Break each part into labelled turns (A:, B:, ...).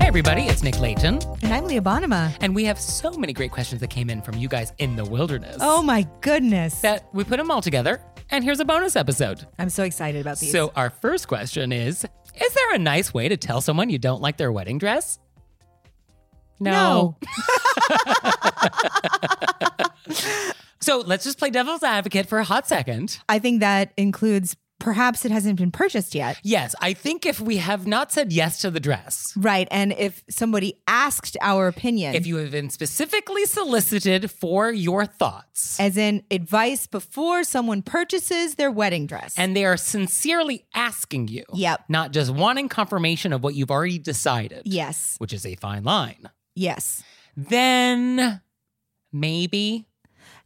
A: Hey everybody, it's Nick Layton.
B: And I'm Leah Bonema.
A: And we have so many great questions that came in from you guys in the wilderness.
B: Oh my goodness.
A: That we put them all together. And here's a bonus episode.
B: I'm so excited about these.
A: So, our first question is Is there a nice way to tell someone you don't like their wedding dress?
B: No.
A: so, let's just play devil's advocate for a hot second.
B: I think that includes perhaps it hasn't been purchased yet.
A: Yes, I think if we have not said yes to the dress,
B: Right. And if somebody asked our opinion,
A: if you have been specifically solicited for your thoughts,
B: as in advice before someone purchases their wedding dress.
A: and they are sincerely asking you,
B: Yep.
A: not just wanting confirmation of what you've already decided,
B: yes.
A: which is a fine line,
B: Yes.
A: then maybe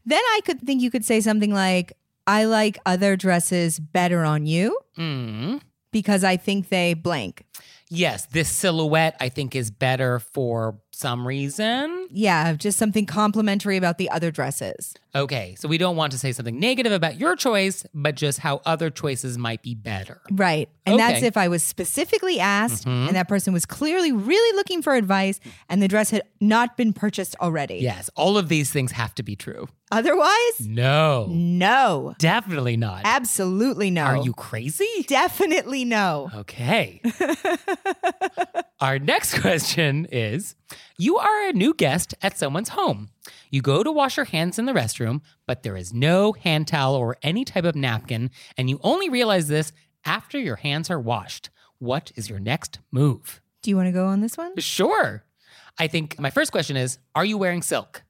B: Then I could think you could say something like, I like other dresses better on you
A: Mm.
B: because I think they blank.
A: Yes, this silhouette I think is better for some reason.
B: Yeah, just something complimentary about the other dresses.
A: Okay, so we don't want to say something negative about your choice, but just how other choices might be better.
B: Right. And that's
A: Okay. Mm-hmm.
B: if I was specifically asked and that person was clearly really looking for advice and the dress had not been purchased already.
A: Yes, all of these things have to be true.
B: Otherwise,
A: No,
B: no.
A: definitely not.
B: Absolutely no.
A: Are you crazy?
B: definitely no?
A: Okay. Our next question is You are a new guest at someone's home. You go to wash your hands in the restroom, but there is no hand towel or any type of napkin, and you only realize this after your hands are washed. What is your next move?
B: Do you want to go on this one?
A: Sure. I think my first question is Are you wearing silk?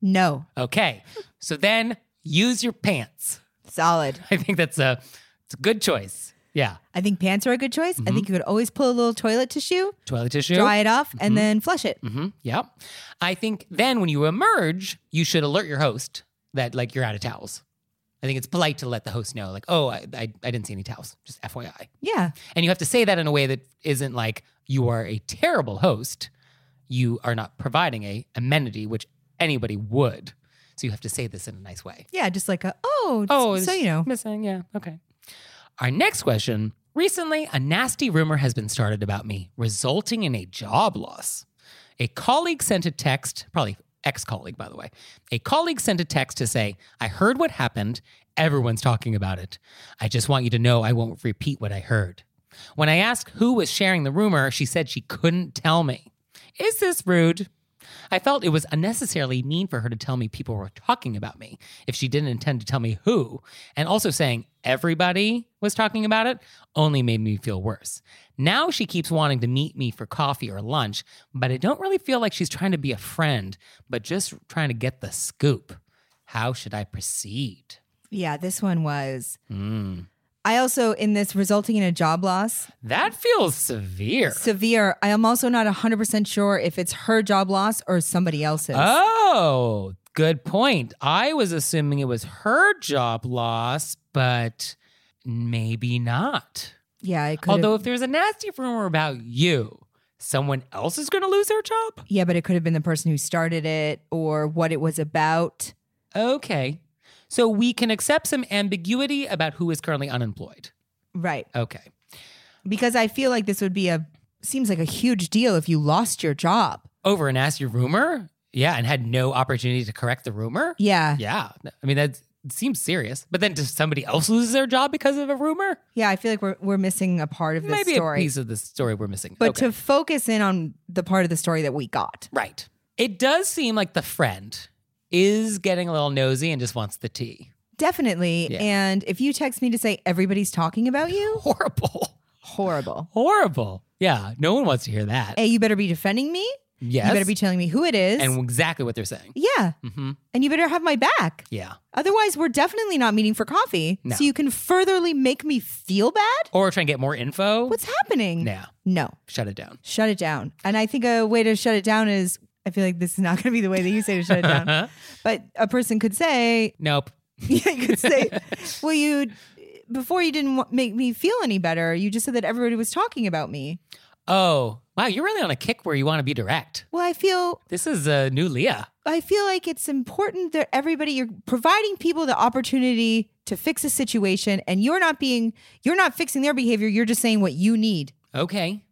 B: No.
A: Okay. So then use your pants.
B: Solid.
A: I think that's a, it's a good choice. Yeah.
B: I think pants are a good choice.
A: Mm-hmm.
B: I think you could always pull a little toilet tissue,
A: Toilet tissue.
B: dry it off, and then flush it.
A: Mm-hmm. Yep. I think then when you emerge, you should alert your host that like you're out of towels. I think it's polite to let the host know, like, oh, I, I, I didn't see any towels, just FYI.
B: Yeah.
A: And you have to say that in a way that isn't like you are a terrible host. You are not providing a amenity, which anybody would. So you have to say this in a nice way.
B: Yeah. Just like a, oh,
A: Oh,
B: oh so
A: it's
B: you know.
A: missing. Yeah. Okay. Our next question. Recently, a nasty rumor has been started about me, resulting in a job loss. A colleague sent a text, probably ex colleague, by the way. A colleague sent a text to say, I heard what happened. Everyone's talking about it. I just want you to know I won't repeat what I heard. When I asked who was sharing the rumor, she said she couldn't tell me. Is this rude? I felt it was unnecessarily mean for her to tell me people were talking about me if she didn't intend to tell me who. And also saying everybody was talking about it only made me feel worse. Now she keeps wanting to meet me for coffee or lunch, but I don't really feel like she's trying to be a friend, but just trying to get the scoop. How should I proceed?
B: Yeah. This one was.
A: Hmm.
B: I also, in this resulting in a job loss,
A: That feels severe.
B: severe. I am also not 100% sure if it's her job loss or somebody else's.
A: Oh, good point. I was assuming it was her job loss, but maybe not.
B: yeah. It could
A: Although, if there's a nasty rumor about you, someone else is going to lose their job?
B: Yeah, but it could have been the person who started it or what it was about.
A: Okay. So we can accept some ambiguity about who is currently unemployed.
B: Right.
A: Okay.
B: Because I feel like this would be a seems like a huge deal if you lost your job.
A: Over and ask your rumor. Yeah. And had no opportunity to correct the rumor.
B: Yeah.
A: Yeah. I mean, that seems serious. But then does somebody else lose their job because of a rumor?
B: Yeah, I feel like we're we're missing a part of this
A: Maybe
B: story.
A: a piece of the story we're missing.
B: But
A: Okay.
B: to focus in on the part of the story that we got.
A: right. It does seem like the friend is getting a little nosy and just wants the tea.
B: Definitely.
A: Yeah.
B: And if you text me to say everybody's talking about you,
A: Horrible.
B: horrible.
A: Horrible. Yeah. No one wants to hear that.
B: A, you better be defending me.
A: yes.
B: You better be telling me who it is.
A: and exactly what they're saying.
B: yeah.
A: hmm
B: And you better have my back.
A: Yeah.
B: Otherwise, we're definitely not meeting for coffee.
A: No.
B: So you can furtherly make me feel bad?
A: Or try and get more info.
B: What's happening?
A: Nah,
B: No.
A: shut it down.
B: Shut it down. And I think a way to shut it down is I feel like this is not going to be the way that you say to shut it down. But a person could say,
A: nope.
B: yeah, you could say, well, you, before you didn't wa- make me feel any better, you just said that everybody was talking about me.
A: Oh, wow. You're really on a kick where you want to be direct.
B: Well, I feel,
A: This is a new Leah.
B: I feel like it's important that everybody, you're providing people the opportunity to fix a situation and you're not being, you're not fixing their behavior. You're just saying what you need.
A: Okay.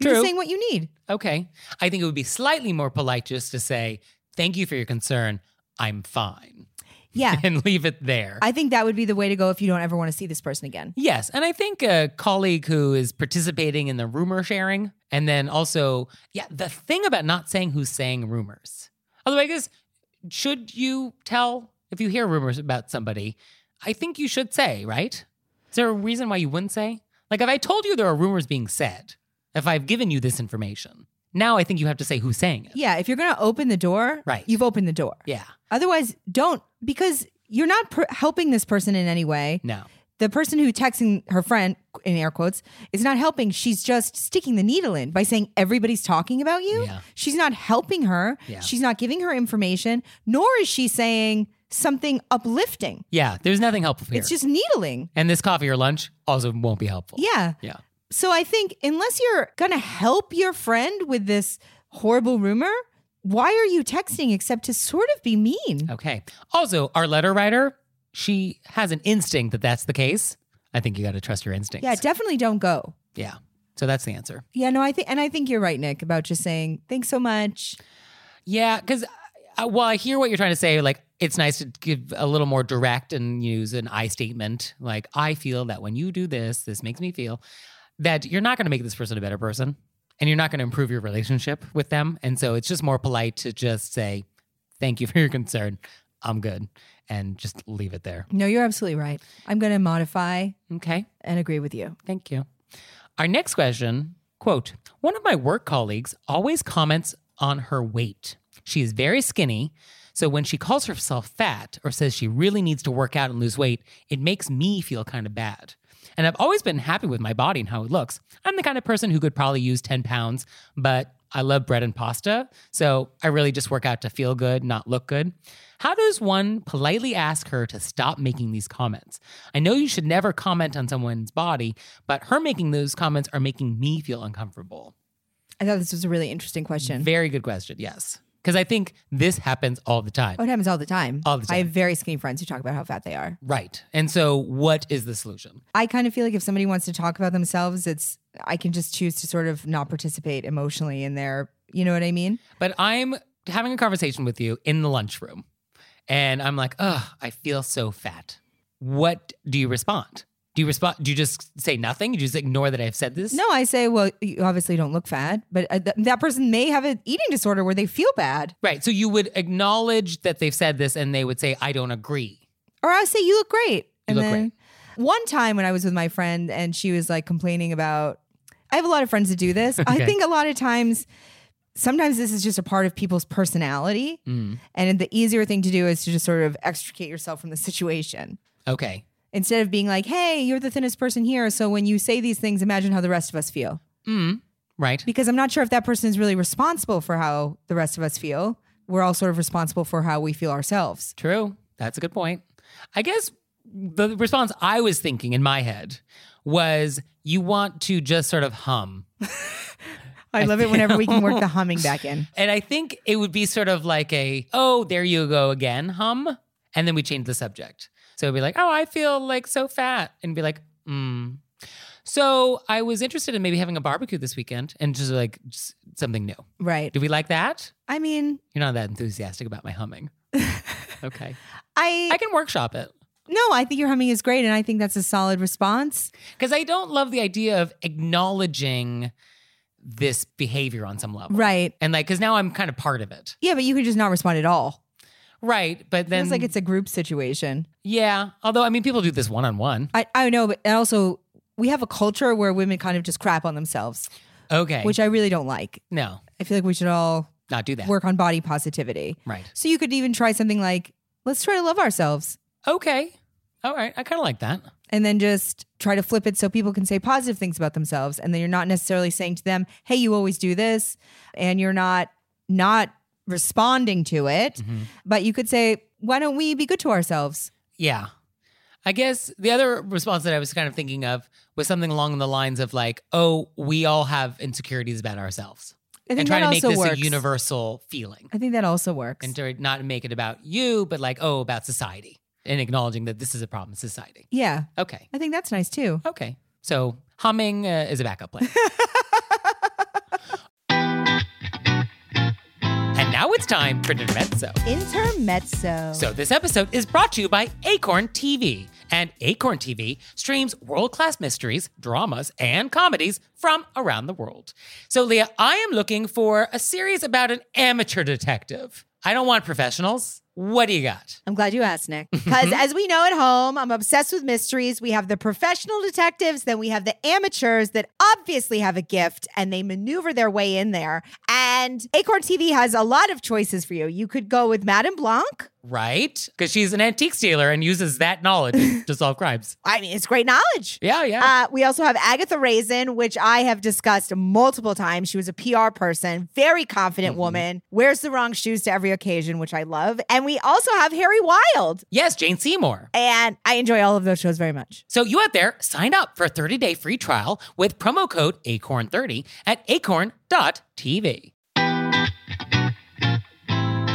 B: You're
A: True.
B: just saying what you need.
A: okay. I think it would be slightly more polite just to say, thank you for your concern. I'm fine
B: Yeah.
A: and leave it there.
B: I think that would be the way to go if you don't ever want to see this person again.
A: Yes. And I think a colleague who is participating in the rumor sharing, and then also, yeah, the thing about not saying who's saying rumors. Although, I guess, should you tell if you hear rumors about somebody? I think you should say, right? Is there a reason why you wouldn't say? Like, if I told you there are rumors being said, if I've given you this information, now I think you have to say who's saying it.
B: Yeah. If you're going to open the door,
A: Right.
B: you've opened the door.
A: Yeah.
B: Otherwise, don't because you're not pr- helping this person in any way.
A: No.
B: The person who texting her friend in air quotes is not helping. She's just sticking the needle in by saying everybody's talking about you.
A: Yeah.
B: She's not helping her.
A: Yeah.
B: She's not giving her information, nor is she saying something uplifting.
A: Yeah. There's nothing helpful here.
B: It's just needling.
A: and this coffee or lunch also won't be helpful.
B: Yeah.
A: Yeah.
B: So I think unless you're going to help your friend with this horrible rumor, why are you texting except to sort of be mean?
A: Okay. Also, our letter writer, she has an instinct that that's the case. I think you got to trust your instincts.
B: Yeah, definitely don't go.
A: yeah. So that's the answer.
B: Yeah, no, I think, and I think you're right, Nick, about just saying thanks so much.
A: Yeah, because uh, while I hear what you're trying to say, like it's nice to give a little more direct and use an I statement, like I feel that when you do this, this makes me feel that you're not going to make this person a better person, and you're not going to improve your relationship with them, and so it's just more polite to just say, "Thank you for your concern. I'm good," and just leave it there.
B: No, you're absolutely right. I'm going to modify
A: Okay.
B: and agree with you.
A: Thank you. Our next question quote, one of my work colleagues always comments on her weight. She is very skinny. So when she calls herself fat or says she really needs to work out and lose weight, it makes me feel kind of bad. And I've always been happy with my body and how it looks. I'm the kind of person who could probably use 10 pounds, but I love bread and pasta. So I really just work out to feel good, not look good. How does one politely ask her to stop making these comments? I know you should never comment on someone's body, but her making those comments are making me feel uncomfortable.
B: I thought this was a really interesting question.
A: Very good question. Yes. Because I think this happens all the time.
B: Oh, it happens all the time.
A: All the time.
B: I have very skinny friends who talk about how fat they are.
A: Right. And so, what is the solution?
B: I kind of feel like if somebody wants to talk about themselves, it's, I can just choose to sort of not participate emotionally in their, you know what I mean?
A: But I'm having a conversation with you in the lunchroom, and I'm like, ugh, I feel so fat. What do you respond? Do you respond? Do you just say nothing? Do you just ignore that I've said this?
B: No, I say, well, you obviously don't look fat, but uh, th- that person may have an eating disorder where they feel bad.
A: Right. So you would acknowledge that they've said this, and they would say, I don't agree.
B: or I say you look great. and
A: look
B: then one time when I was with my friend and she was like complaining about I have a lot of friends that do this.
A: Okay.
B: I think a lot of times sometimes this is just a part of people's personality
A: Mm.
B: and the easier thing to do is to just sort of extricate yourself from the situation.
A: Okay.
B: Instead of being like, "Hey, you're the thinnest person here, so when you say these things, imagine how the rest of us feel."
A: Mm. Right.
B: Because I'm not sure if that person is really responsible for how the rest of us feel. We're all sort of responsible for how we feel ourselves.
A: True. That's a good point. I guess the response I was thinking in my head was you want to just sort of hum.
B: I
A: I
B: love it whenever we can work
A: feel-
B: the humming back in.
A: And I think it would be sort of like a, oh, there you go again, hum. And then we change the subject. So it'd be like, oh, I feel like so fat. And be like, mm. So I was interested in maybe having a barbecue this weekend and just like just something new.
B: Right.
A: Do we like that?
B: I mean,
A: You're not that enthusiastic about my humming. Okay. I
B: I
A: can workshop it.
B: no, I think your humming is great, and I think that's a solid response.
A: Because I don't love the idea of acknowledging this behavior on some level.
B: Right.
A: And like, because now I'm kind of part of it.
B: Yeah, but you could just not respond at all.
A: Right. But then,
B: Feels like it's a group situation.
A: yeah. Although, I mean, people do this one on one.
B: I I know, but and also we have a culture where women kind of just crap on themselves,
A: Okay.
B: which I really don't like.
A: no,
B: I feel like we should all
A: not do that.
B: work on body positivity.
A: right.
B: So you could even try something like, let's try to love ourselves
A: Okay. All right. I kind of like that.
B: and then just try to flip it so people can say positive things about themselves. And then you're not necessarily saying to them, hey, you always do this. And you're not, not responding to it.
A: Mhm.
B: But you could say, why don't we be good to ourselves?
A: Yeah. I guess the other response that I was kind of thinking of was something along the lines of like, oh, we all have insecurities about ourselves
B: I think
A: and try
B: that
A: to make
B: also
A: this
B: works.
A: a universal feeling.
B: I think that also works.
A: and to not make it about you, but like, oh, about society and acknowledging that this is a problem in society.
B: yeah,
A: Okay.
B: I think that's nice too.
A: Okay. So humming uh, is a backup plan. and now it's time for Intermezzo.
B: Intermezzo.
A: So this episode is brought to you by Acorn TV. And Acorn TV streams world-class mysteries, dramas, and comedies from around the world. So Leah, I am looking for a series about an amateur detective. I don't want professionals. What do you got?
B: I'm glad you asked, Nick.
A: Mm-hmm.
B: Because as we know at home, I'm obsessed with mysteries. We have the professional detectives, then we have the amateurs that obviously have a gift and they maneuver their way in there. And Acorn TV has a lot of choices for you. You could go with Madame Blanc.
A: Right? Because she's an antiques dealer and uses that knowledge to solve crimes.
B: I mean, it's great knowledge.
A: Yeah, yeah.
B: Uh, we also have Agatha Raisin, which I have discussed multiple times. She was a PR person, very confident woman, wears the wrong shoes to every occasion, which I love. And we also have Harry Wilde.
A: yes, Jane Seymour.
B: And I enjoy all of those shows very much.
A: So you out there, sign up for a 30-day free trial with promo code ACORN30 at acorn.tv.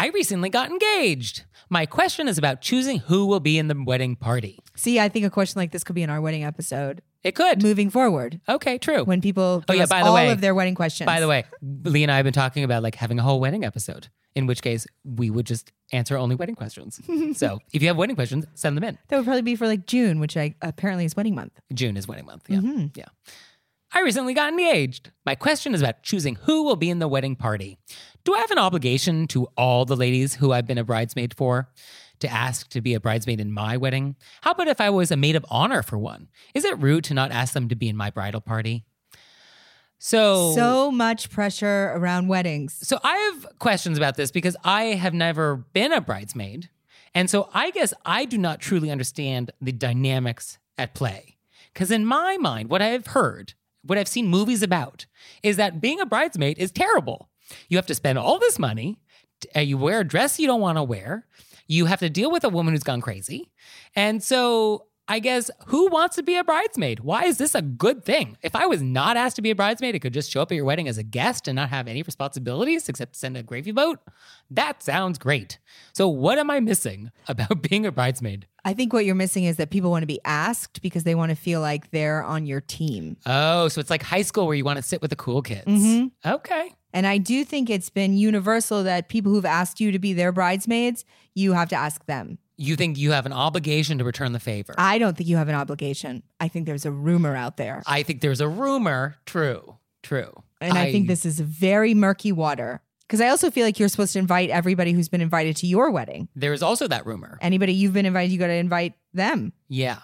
A: I recently got engaged. My question is about choosing who will be in the wedding party.
B: See, I think a question like this could be in our wedding episode
A: It could.
B: moving forward
A: Okay, true.
B: when people
A: Oh,
B: give
A: yeah,
B: us
A: by the
B: all
A: way-
B: of their wedding questions.
A: By the way, Lee and I have been talking about like having a whole wedding episode, in which case we would just answer only wedding questions. so if you have wedding questions, send them in.
B: that would probably be for like June, which I apparently is wedding month.
A: June is wedding month. Yeah. Yeah. I recently got engaged. My question is about choosing who will be in the wedding party. Do I have an obligation to all the ladies who I've been a bridesmaid for to ask to be a bridesmaid in my wedding? How about if I was a maid of honor for one? Is it rude to not ask them to be in my bridal party? So
B: So much pressure around weddings.
A: so I have questions about this because I have never been a bridesmaid. And so I guess I do not truly understand the dynamics at play. Because in my mind, what I have heard, what I've seen movies about, is that being a bridesmaid is terrible. You have to spend all this money, t- uh, you wear a dress you don't want to wear, you have to deal with a woman who's gone crazy. And so I guess who wants to be a bridesmaid? Why is this a good thing? If I was not asked to be a bridesmaid, I could just show up at your wedding as a guest and not have any responsibilities except send a gravy boat. That sounds great. So, what am I missing about being a bridesmaid?
B: I think what you're missing is that people want to be asked because they want to feel like they're on your team.
A: Oh, so it's like high school where you want to sit with the cool kids.
B: Mhm.
A: Okay.
B: And I do think it's been universal that people who've asked you to be their bridesmaids, you have to ask them.
A: You think you have an obligation to return the favor.
B: I don't think you have an obligation. I think there's a rumor out there.
A: I think there's a rumor. True. True.
B: And I, think this is very murky water. Because I also feel like you're supposed to invite everybody who's been invited to your wedding.
A: There is also that rumor.
B: Anybody you've been invited, you got to invite them.
A: Yeah.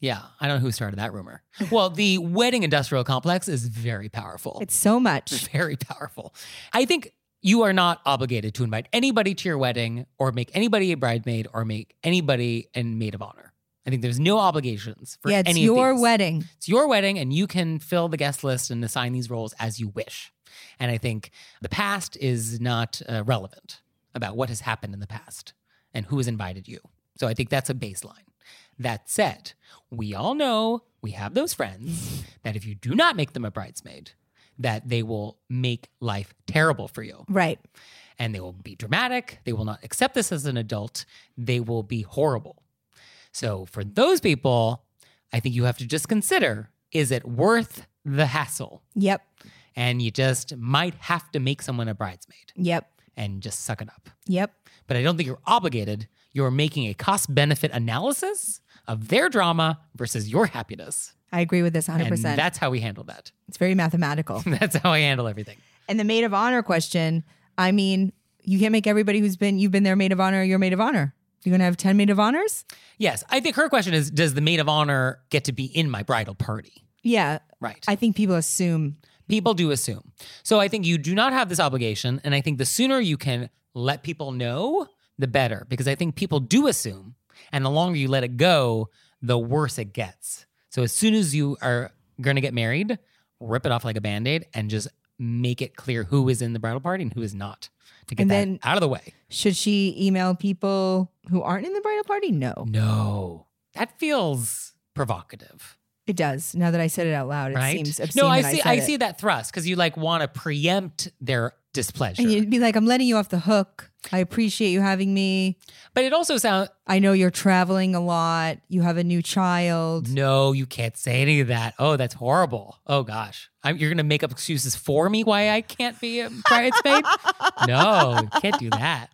A: Yeah. I don't know who started that rumor. Well, the wedding industrial complex is very powerful.
B: It's so
A: It's
B: much.
A: very powerful. I think you are not obligated to invite anybody to your wedding or make anybody a bridesmaid or make anybody a maid of honor. I think there's no obligations for
B: yeah, it's
A: any
B: your
A: of these.
B: wedding.
A: It's your wedding, and you can fill the guest list and assign these roles as you wish. And I think the past is not uh, relevant about what has happened in the past and who has invited you. So I think that's a baseline. That said, we all know we have those friends that if you do not make them a bridesmaid, that they will make life terrible for you
B: Right.
A: and they will be dramatic. They will not accept this as an adult. They will be horrible. So, for those people, I think you have to just consider is it worth the hassle?
B: Yep.
A: And you just might have to make someone a bridesmaid
B: Yep.
A: and just suck it up.
B: Yep.
A: But I don't think you're obligated. You're making a cost benefit analysis of their drama versus your happiness.
B: I agree with this 100%.
A: And that's how we handle that.
B: it's very mathematical.
A: That's how I handle everything.
B: And the maid of honor question, I mean, you can't make everybody who's been you've been their maid of honor your maid of honor. You're gonna have ten maid of honors?
A: Yes, I think her question is Does the maid of honor get to be in my bridal party?
B: Yeah.
A: Right.
B: I think people assume
A: people do assume. So I think you do not have this obligation. And I think the sooner you can let people know, the better, because I think people do assume. And the longer you let it go, the worse it gets. So as soon as you are going to get married, rip it off like a band aid and just make it clear who is in the bridal party and who is not to get
B: And
A: that
B: then-
A: out of the way.
B: should she email people who aren't in the bridal party? No.
A: No, that feels provocative.
B: It does. Now that I said it out loud, it
A: Right?
B: seems obscene.
A: no, I
B: that
A: see.
B: said
A: I,
B: it.
A: see that thrust because you like want to preempt their displeasure,
B: And you'd be like, I'm letting you off the hook. I appreciate you having me.
A: but it also sounds
B: I know you're traveling a lot. You have a new child.
A: No, you can't say any of that. Oh, that's horrible. Oh gosh, I'm, you're gonna make up excuses for me why I can't be a bridesmaid. no, you can't do that.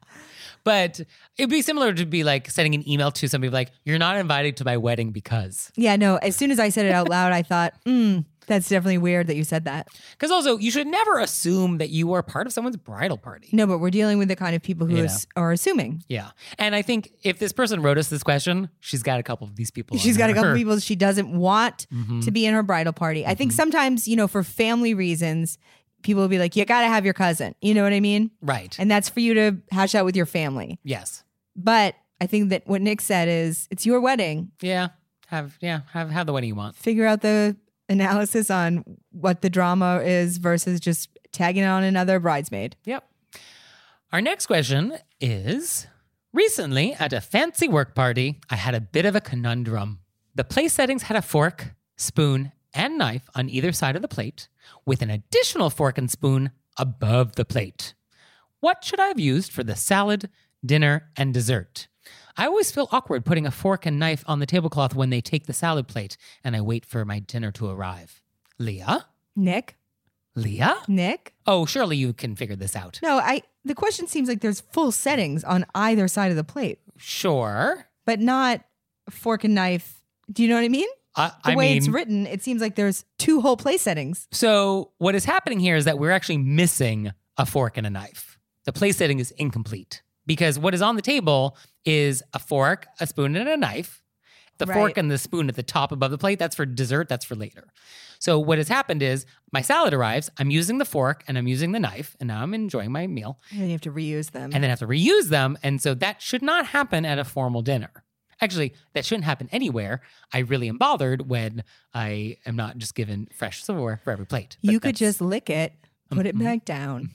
A: But it'd be similar to be like sending an email to somebody like, "You're not invited to my wedding because."
B: Yeah, no. As soon as I said it out loud, I thought, hmm, that's definitely weird that you said that.
A: Because also, you should never assume that you are part of someone's bridal party.
B: No, but we're dealing with the kind of people who
A: You
B: ass- are assuming.
A: Yeah, and I think if this person wrote us this question, she's got a couple of these people.
B: She's
A: on
B: got a couple
A: her-
B: people she doesn't want
A: Mhm.
B: to be in her bridal party. I think sometimes, you know, for family reasons, people will be like, you got to have your cousin. You know what I mean?
A: Right.
B: And that's for you to hash out with your family.
A: yes.
B: But I think that what Nick said is it's your wedding.
A: Yeah. Have yeah. Have have the wedding you want.
B: Figure out the analysis on what the drama is versus just tagging on another bridesmaid.
A: Yep. Our next question is Recently, at a fancy work party, I had a bit of a conundrum. The place settings had a fork, spoon, and knife on either side of the plate, with an additional fork and spoon above the plate. What should I have used for the salad, dinner, and dessert? I always feel awkward putting a fork and knife on the tablecloth when they take the salad plate and I wait for my dinner to arrive. Leah?
B: Nick?
A: Leah?
B: Nick?
A: Oh, surely you can figure this out.
B: No, I the question seems like there's full settings on either side of the plate.
A: Sure.
B: but not fork and knife. Do you know what I mean?
A: I,
B: The
A: I
B: way
A: mean,
B: it's written, it seems like there's two whole play settings.
A: so what is happening here is that we're actually missing a fork and a knife. The place setting is incomplete because what is on the table is a fork, a spoon, and a knife. The fork
B: Right.
A: and the spoon at the top above the plate, that's for dessert, that's for later. So what has happened is my salad arrives, I'm using the fork and I'm using the knife, and now I'm enjoying my meal.
B: And then you have to reuse them.
A: and then have to reuse them. And so that should not happen at a formal dinner. Actually, that shouldn't happen anywhere. I really am bothered when I am not just given fresh silverware for every plate. But
B: you could
A: that's- Mm-hmm.
B: just lick it, put it back down.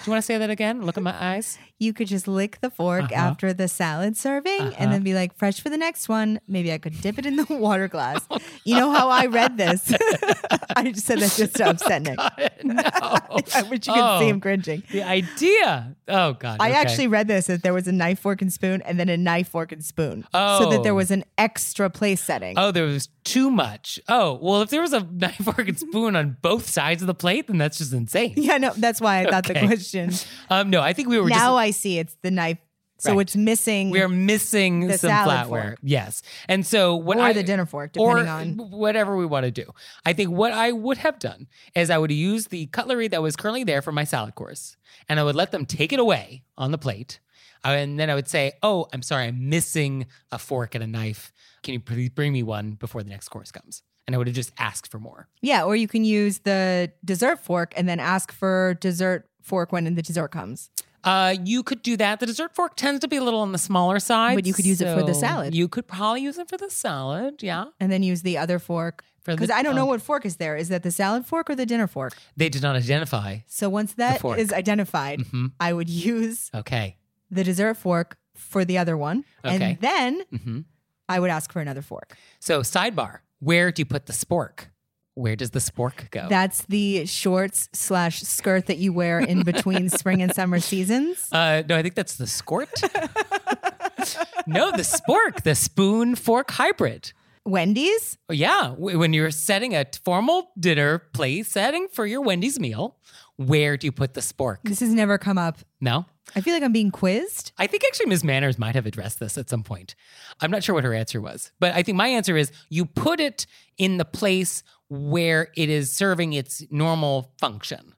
A: Do you want to say that again? Look at my eyes.
B: You could just lick the fork
A: Uh-huh.
B: after the salad serving and then be like, fresh for the next one. Maybe I could dip it in the water glass.
A: Oh,
B: you know how I read this? I just said that just to upset Nick.
A: no.
B: I wish you could see him cringing.
A: The idea. Oh God.
B: I
A: okay.
B: actually read this that there was a knife, fork, and spoon, and then a knife, fork, and spoon. So that there
A: Oh.
B: was an extra place setting.
A: Oh, there was too much. Oh, well, if there was a knife, fork, and spoon on both sides of the plate, then that's just insane.
B: Yeah, no, that's why I thought the
A: Okay.
B: question.
A: Um, no, I think we were just
B: now I see it's the knife. So
A: Right.
B: it's missing
A: we are missing
B: The
A: some
B: salad
A: flatware.
B: fork.
A: Yes, and so what
B: or
A: I
B: the dinner fork,
A: or
B: depending on.
A: whatever we want to do. I think what I would have done is I would use the cutlery that was currently there for my salad course, and I would let them take it away on the plate, Uh, and then I would say, "Oh, I'm sorry, I'm missing a fork and a knife. Can you please bring me one before the next course comes?" And I would have just asked for more.
B: Yeah, or you can use the dessert fork and then ask for dessert fork when the dessert comes.
A: Uh, you could do that. The dessert fork tends to be a little on the smaller side,
B: But you could use it for the
A: so
B: salad.
A: You could probably use it for the salad, yeah.
B: And then use the other fork.
A: for the-
B: Because I don't know
A: um,
B: what fork is there. Is that the salad fork or the dinner fork?
A: they did not identify.
B: So once that
A: fork.
B: is identified,
A: Mhm.
B: I would use
A: Okay.
B: the dessert fork for the other one.
A: Okay.
B: And then
A: hmm
B: I would ask for another fork.
A: So, sidebar, where do you put the spork? Where does the spork go?
B: That's the shorts slash skirt that you wear in between spring and summer seasons.
A: uh, no, I think that's the skort. no, the spork, the spoon fork hybrid.
B: Wendy's?
A: Oh, Yeah, w- when you're setting a t- formal dinner place setting for your Wendy's meal, where do you put the spork?
B: This has never come up.
A: No?
B: I feel like I'm being quizzed.
A: I think actually Ms. Manners might have addressed this at some point. I'm not sure what her answer was, but I think my answer is you put it in the place where it is serving its normal function.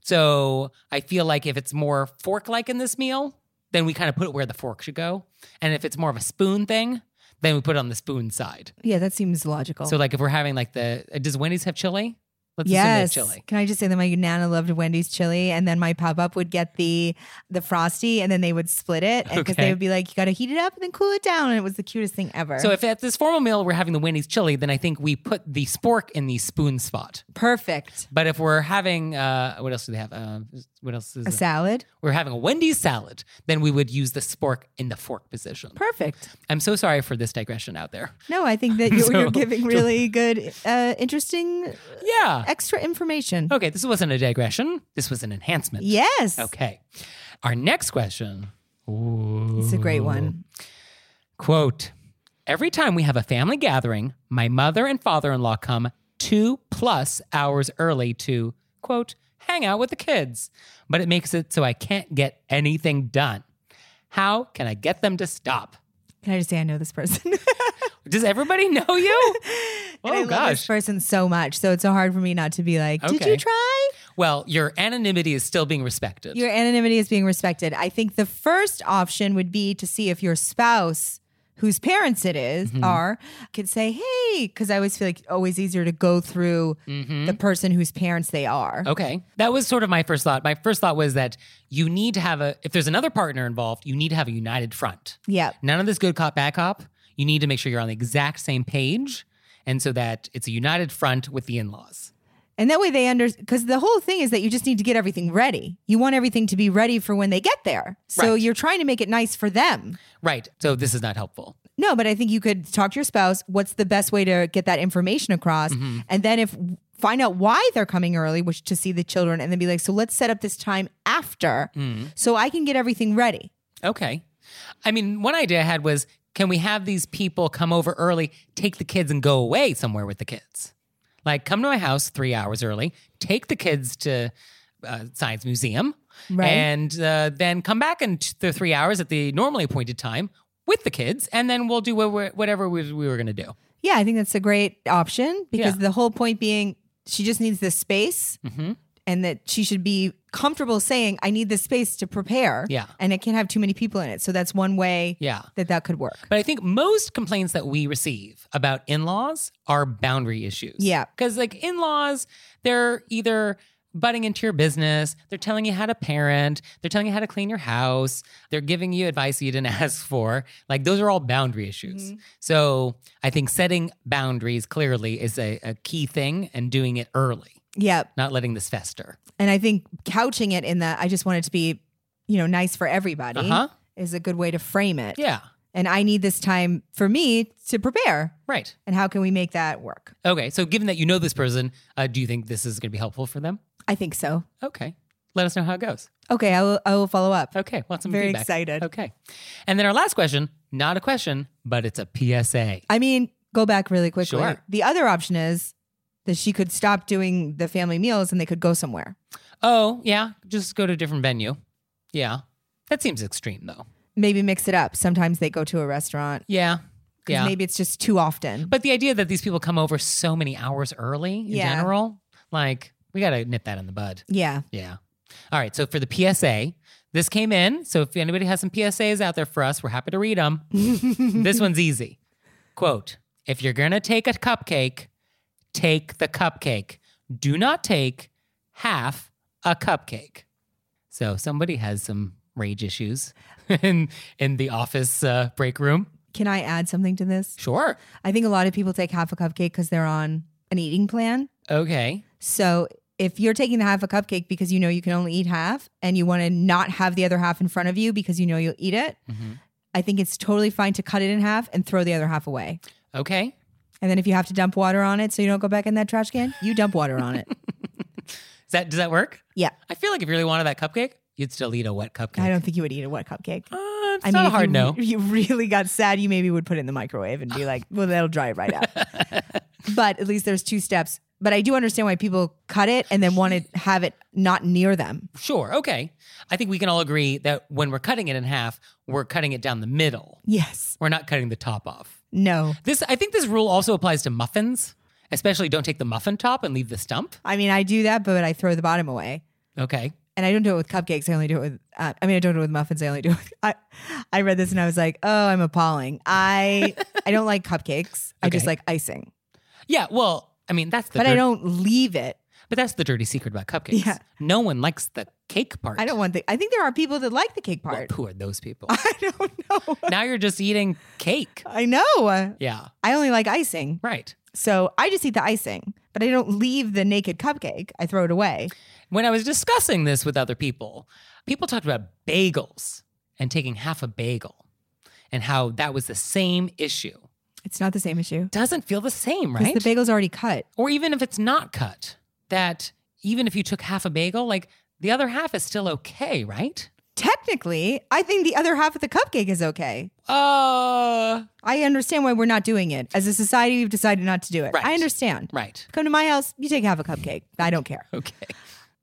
A: So I feel like if it's more fork like in this meal, then we kind of put it where the fork should go. And if it's more of a spoon thing, then we put it on the spoon side.
B: Yeah, that seems logical.
A: So, like if we're having like the, uh, does Wendy's have chili? Let's
B: yes.
A: assume they have chili.
B: Can I just say that my nana loved Wendy's chili, and then my pop up would get the the frosty, and then they would split it because
A: Okay.
B: they would be like, "You got to heat it up and then cool it down," and it was the cutest thing ever.
A: So, if at this formal meal we're having the Wendy's chili, then I think we put the spork in the spoon spot.
B: perfect.
A: But if we're having, uh, what else do they have? Uh, what else is
B: A
A: it?
B: salad,
A: we're having a Wendy's salad? Then we would use the spork in the fork position.
B: perfect.
A: I'm so sorry for this digression out there.
B: No, I think that you're, you're
A: So-
B: giving really good, uh, interesting,
A: Yeah.
B: extra information.
A: Okay. This wasn't a digression. This was an enhancement.
B: Yes,
A: Oh. Okay. Our next question.
B: it's a great one.
A: Quote Every time we have a family gathering, my mother and father in law come two plus hours early to, quote, hang out with the kids, but it makes it so I can't get anything done. How can I get them to stop?
B: Can I just say I know this person?
A: Does everybody know you?
B: And I
A: oh,
B: love this
A: gosh.
B: person so much, so it's so hard for me not to be like, "Did you
A: Okay.
B: try?"
A: Well, your anonymity is still being respected.
B: Your anonymity is being respected. I think the first option would be to see if your spouse, whose parents it is, are, could say, hey, because I always feel like always easier to go through the person whose parents they are.
A: Okay. That was sort of my first thought. My first thought was that you need to have a, if there's another partner involved, you need to have a united front.
B: Yeah.
A: None of this good cop, bad cop. You need to make sure you're on the exact same page and so that it's a united front with the in laws.
B: And that way they under because the whole thing is that you just need to get everything ready. You want everything to be ready for when they get there. So
A: Right.
B: you're trying to make it nice for them.
A: Right. So this is not helpful.
B: No, but I think you could talk to your spouse. What's the best way to get that information across?
A: Mm-hmm.
B: And then if find out why they're coming early, which to see the children, and then be like, so let's set up this time after
A: Mm-hmm.
B: so I can get everything ready.
A: Okay. I mean, one idea I had was can we have these people come over early, take the kids, and go away somewhere with the kids? Like, come to my house three hours early, take the kids to uh, Science Museum,
B: Right.
A: and uh, then come back in t- the three hours at the normally appointed time with the kids, and then we'll do wha- wha- whatever we, we were going to do.
B: Yeah, I think that's a great option because
A: Yeah. Mm-hmm.
B: the whole point being she just needs this space and that she should be comfortable saying, I need this space to prepare.
A: Yeah.
B: And it can't have too many people in it. So that's one way
A: Yeah.
B: that that could work.
A: But I think most complaints that we receive about in laws are boundary issues.
B: Yeah.
A: Because, like, in laws, they're either butting into your business, they're telling you how to parent, they're telling you how to clean your house, they're giving you advice you didn't ask for. Like, those are all boundary issues. So I think setting boundaries clearly is a, a key thing and doing it early.
B: Yep.
A: not letting this fester.
B: And I think couching it in that I just want it to be, you know, nice for everybody
A: Uh-huh.
B: is a good way to frame it.
A: Yeah.
B: And I need this time for me to prepare.
A: Right.
B: And how can we make that work?
A: Okay. So, given that you know this person, uh, do you think this is going to be helpful for them?
B: I think so.
A: Okay. Let us know how it goes.
B: Okay, I will, I will follow up.
A: Okay. Want some
B: Very
A: feedback?
B: excited.
A: Okay. And then our last question, not a question, but it's a PSA.
B: I mean, go back really quickly.
A: Sure.
B: The other option is that she could stop doing the family meals and they could go somewhere.
A: Oh, yeah. Just go to a different venue. Yeah. That seems extreme, though.
B: Maybe mix it up. Sometimes they go to a restaurant. 'cause
A: Yeah. Yeah.
B: Maybe it's just too often.
A: But the idea that these people come over so many hours early in
B: Yeah.
A: general, like, we got to nip that in the bud.
B: yeah.
A: Yeah. All right. So for the PSA, this came in. So if anybody has some PSAs out there for us, we're happy to read them. this one's easy. Quote If you're going to take a cupcake, take the cupcake. Do not take half a cupcake. So somebody has some rage issues in, in the office uh, break room.
B: Can I add something to this?
A: Sure.
B: I think a lot of people take half a cupcake because they're on an eating plan.
A: Okay.
B: So if you're taking the half a cupcake because you know you can only eat half and you want to not have the other half in front of you because you know you'll eat it,
A: Mhm.
B: I think it's totally fine to cut it in half and throw the other half away.
A: Okay.
B: And then if you have to dump water on it so you don't go back in that trash can, you dump water on it.
A: Is that, does that work?
B: Yeah.
A: I feel like if you really wanted that cupcake, you'd still eat a wet cupcake.
B: I don't think you would eat a wet cupcake.
A: Uh, it's not a
B: if
A: hard
B: you,
A: no.
B: if You really got sad. You maybe would put it in the microwave and be like, "Well, that'll dry right out." but at least there's two steps. But I do understand why people cut it and then want to have it not near them.
A: Sure. Okay. I think we can all agree that when we're cutting it in half, we're cutting it down the middle.
B: Yes.
A: We're not cutting the top off.
B: No.
A: This I think this rule also applies to muffins, especially don't take the muffin top and leave the stump.
B: I mean, I do that, but I throw the bottom away.
A: Okay.
B: And I don't do it with cupcakes. I only do it with. Uh, I mean, I don't do it with muffins. I only do it. With, I, I read this and I was like, "Oh, I'm appalling. I, I don't like cupcakes. I just
A: Okay.
B: like icing,
A: Yeah, well, I mean that's the
B: but
A: dir-
B: I don't leave it.
A: but that's the dirty secret about cupcakes.
B: Yeah.
A: No one likes the cake part.
B: I don't want the. I think there are people that like the cake
A: Well,
B: part.
A: who are those people?
B: I don't know.
A: now you're just eating cake.
B: I know.
A: Yeah.
B: I only like icing.
A: Right.
B: So I just eat the icing, but I don't leave the naked cupcake. I throw it away.
A: When I was discussing this with other people, people talked about bagels and taking half a bagel and how that was the same issue.
B: It's not the same issue.
A: doesn't feel the same,
B: 'Cause
A: right?
B: The bagel's already cut.
A: or even if it's not cut, that even if you took half a bagel, like the other half is still okay, right?
B: Technically, I think the other half of the cupcake is okay.
A: Uh,
B: I understand why we're not doing it. As a society, we've decided not to do it.
A: Right.
B: I understand.
A: right.
B: Come to my house, you take half a cupcake. I don't care.
A: Okay.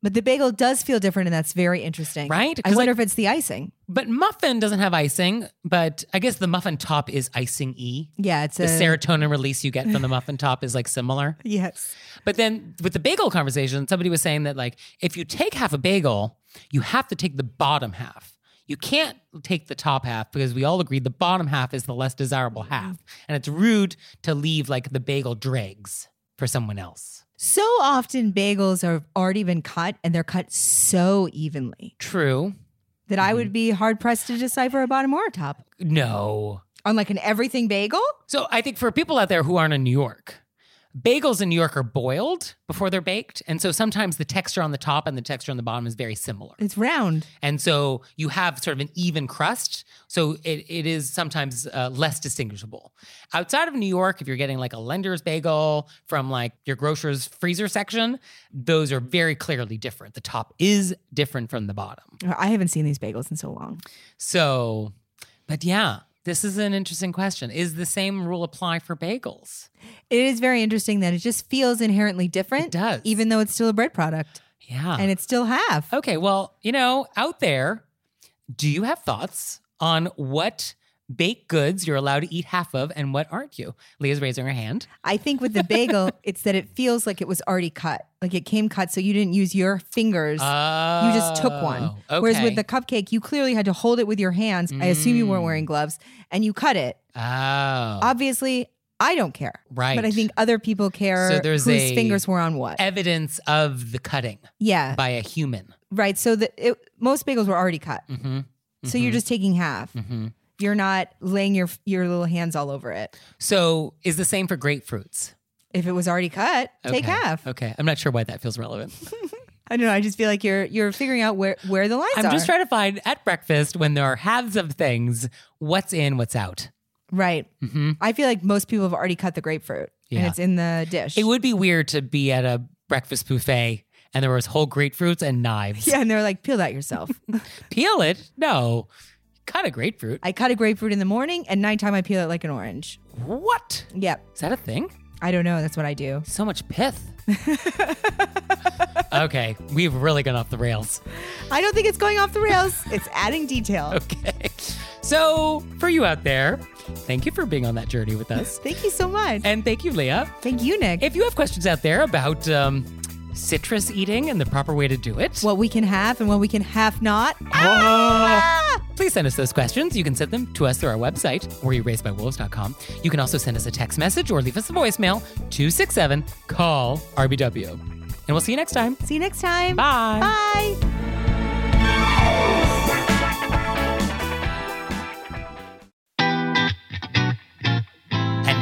B: But the bagel does feel different, and that's very interesting.
A: Right?
B: I
A: 'Cause,
B: wonder if it's the icing.
A: But muffin doesn't have icing, but I guess the muffin top is icing E.
B: Yeah, it's
A: The
B: a.
A: serotonin release you get from the muffin top is like similar.
B: yes.
A: But then with the bagel conversation, somebody was saying that like if you take half a bagel, you have to take the bottom half. You can't take the top half because we all agreed the bottom half is the less desirable half. And it's rude to leave like the bagel dregs for someone else.
B: So often, bagels have already been cut, and they're cut so evenly.
A: True.
B: that I
A: Mm-hmm.
B: would be hard pressed to decipher a bottom or a top
A: No.
B: on like an everything bagel.
A: So I think for people out there who aren't in New York, bagels in New York are boiled before they're baked. And so sometimes the texture on the top and the texture on the bottom is very similar.
B: It's round.
A: And so you have sort of an even crust. So it, it is sometimes uh, less distinguishable. Outside of New York, if you're getting like a lender's bagel from like your grocer's freezer section, those are very clearly different. The top is different from the bottom.
B: I haven't seen these bagels in so long.
A: So, but yeah, this is an interesting question. Is the same rule apply for bagels?
B: It is very interesting that it just feels inherently different.
A: It does. Ah.
B: Even though it's still a bread product
A: yeah.
B: and it's still half.
A: Okay, well, you know, out there, do you have thoughts on what baked goods you're allowed to eat half of and what aren't you? Leah's raising her hand.
B: I think with the bagel, it's that it feels like it was already cut. Like it came cut, so you didn't use your fingers. you just took one.
A: Oh, Uh, Okay.
B: Whereas with the cupcake, you clearly had to hold it with your hands. I assume you weren't
A: Mm.
B: wearing gloves and you cut it.
A: oh,
B: Obviously, I don't care.
A: right,
B: But I think other people care
A: So there's
B: whose
A: a- E
B: fingers were on what.
A: evidence of the cutting
B: yeah.
A: by a human.
B: Right. So the it, most bagels were already cut.
A: Mm-hmm.
B: So you're just taking half.
A: hmm
B: You're not laying your your little hands all over it.
A: So is the same for grapefruits?
B: If it was already cut, take
A: Okay.
B: half.
A: Okay. I'm not sure why that feels relevant.
B: I don't know. I just feel like you're you're figuring out where where the lines
A: I'm
B: are.
A: just trying to find at breakfast when there are halves of things, what's in, what's out.
B: right.
A: hmm
B: I feel like most people have already cut the grapefruit and
A: Yeah.
B: it's in the dish.
A: It would be weird to be at a breakfast buffet and there was whole grapefruits and knives.
B: yeah, and they're like, peel that yourself.
A: Peel it? No. Cut a grapefruit.
B: I cut a grapefruit in the morning, and nighttime I peel it like an orange.
A: What?
B: Yep.
A: Is that a thing?
B: I don't know. That's what I do.
A: So much pith. okay, we've really gone off the rails.
B: I don't think it's going off the rails. It's adding detail.
A: Okay. So, for you out there, thank you for being on that journey with us.
B: Thank you so much.
A: And thank you, Leah.
B: Thank you, Nick.
A: If you have questions out there about um, citrus eating and the proper way to do it,
B: what we can have and what we can have not. Ah!
A: please send us those questions. You can send them to us through our website, wereraisedbywolves.com. You can also send us a text message or leave us a voicemail, 267 call RBW. And we'll see you next time.
B: See you next time.
A: Bye.
B: Bye.
A: And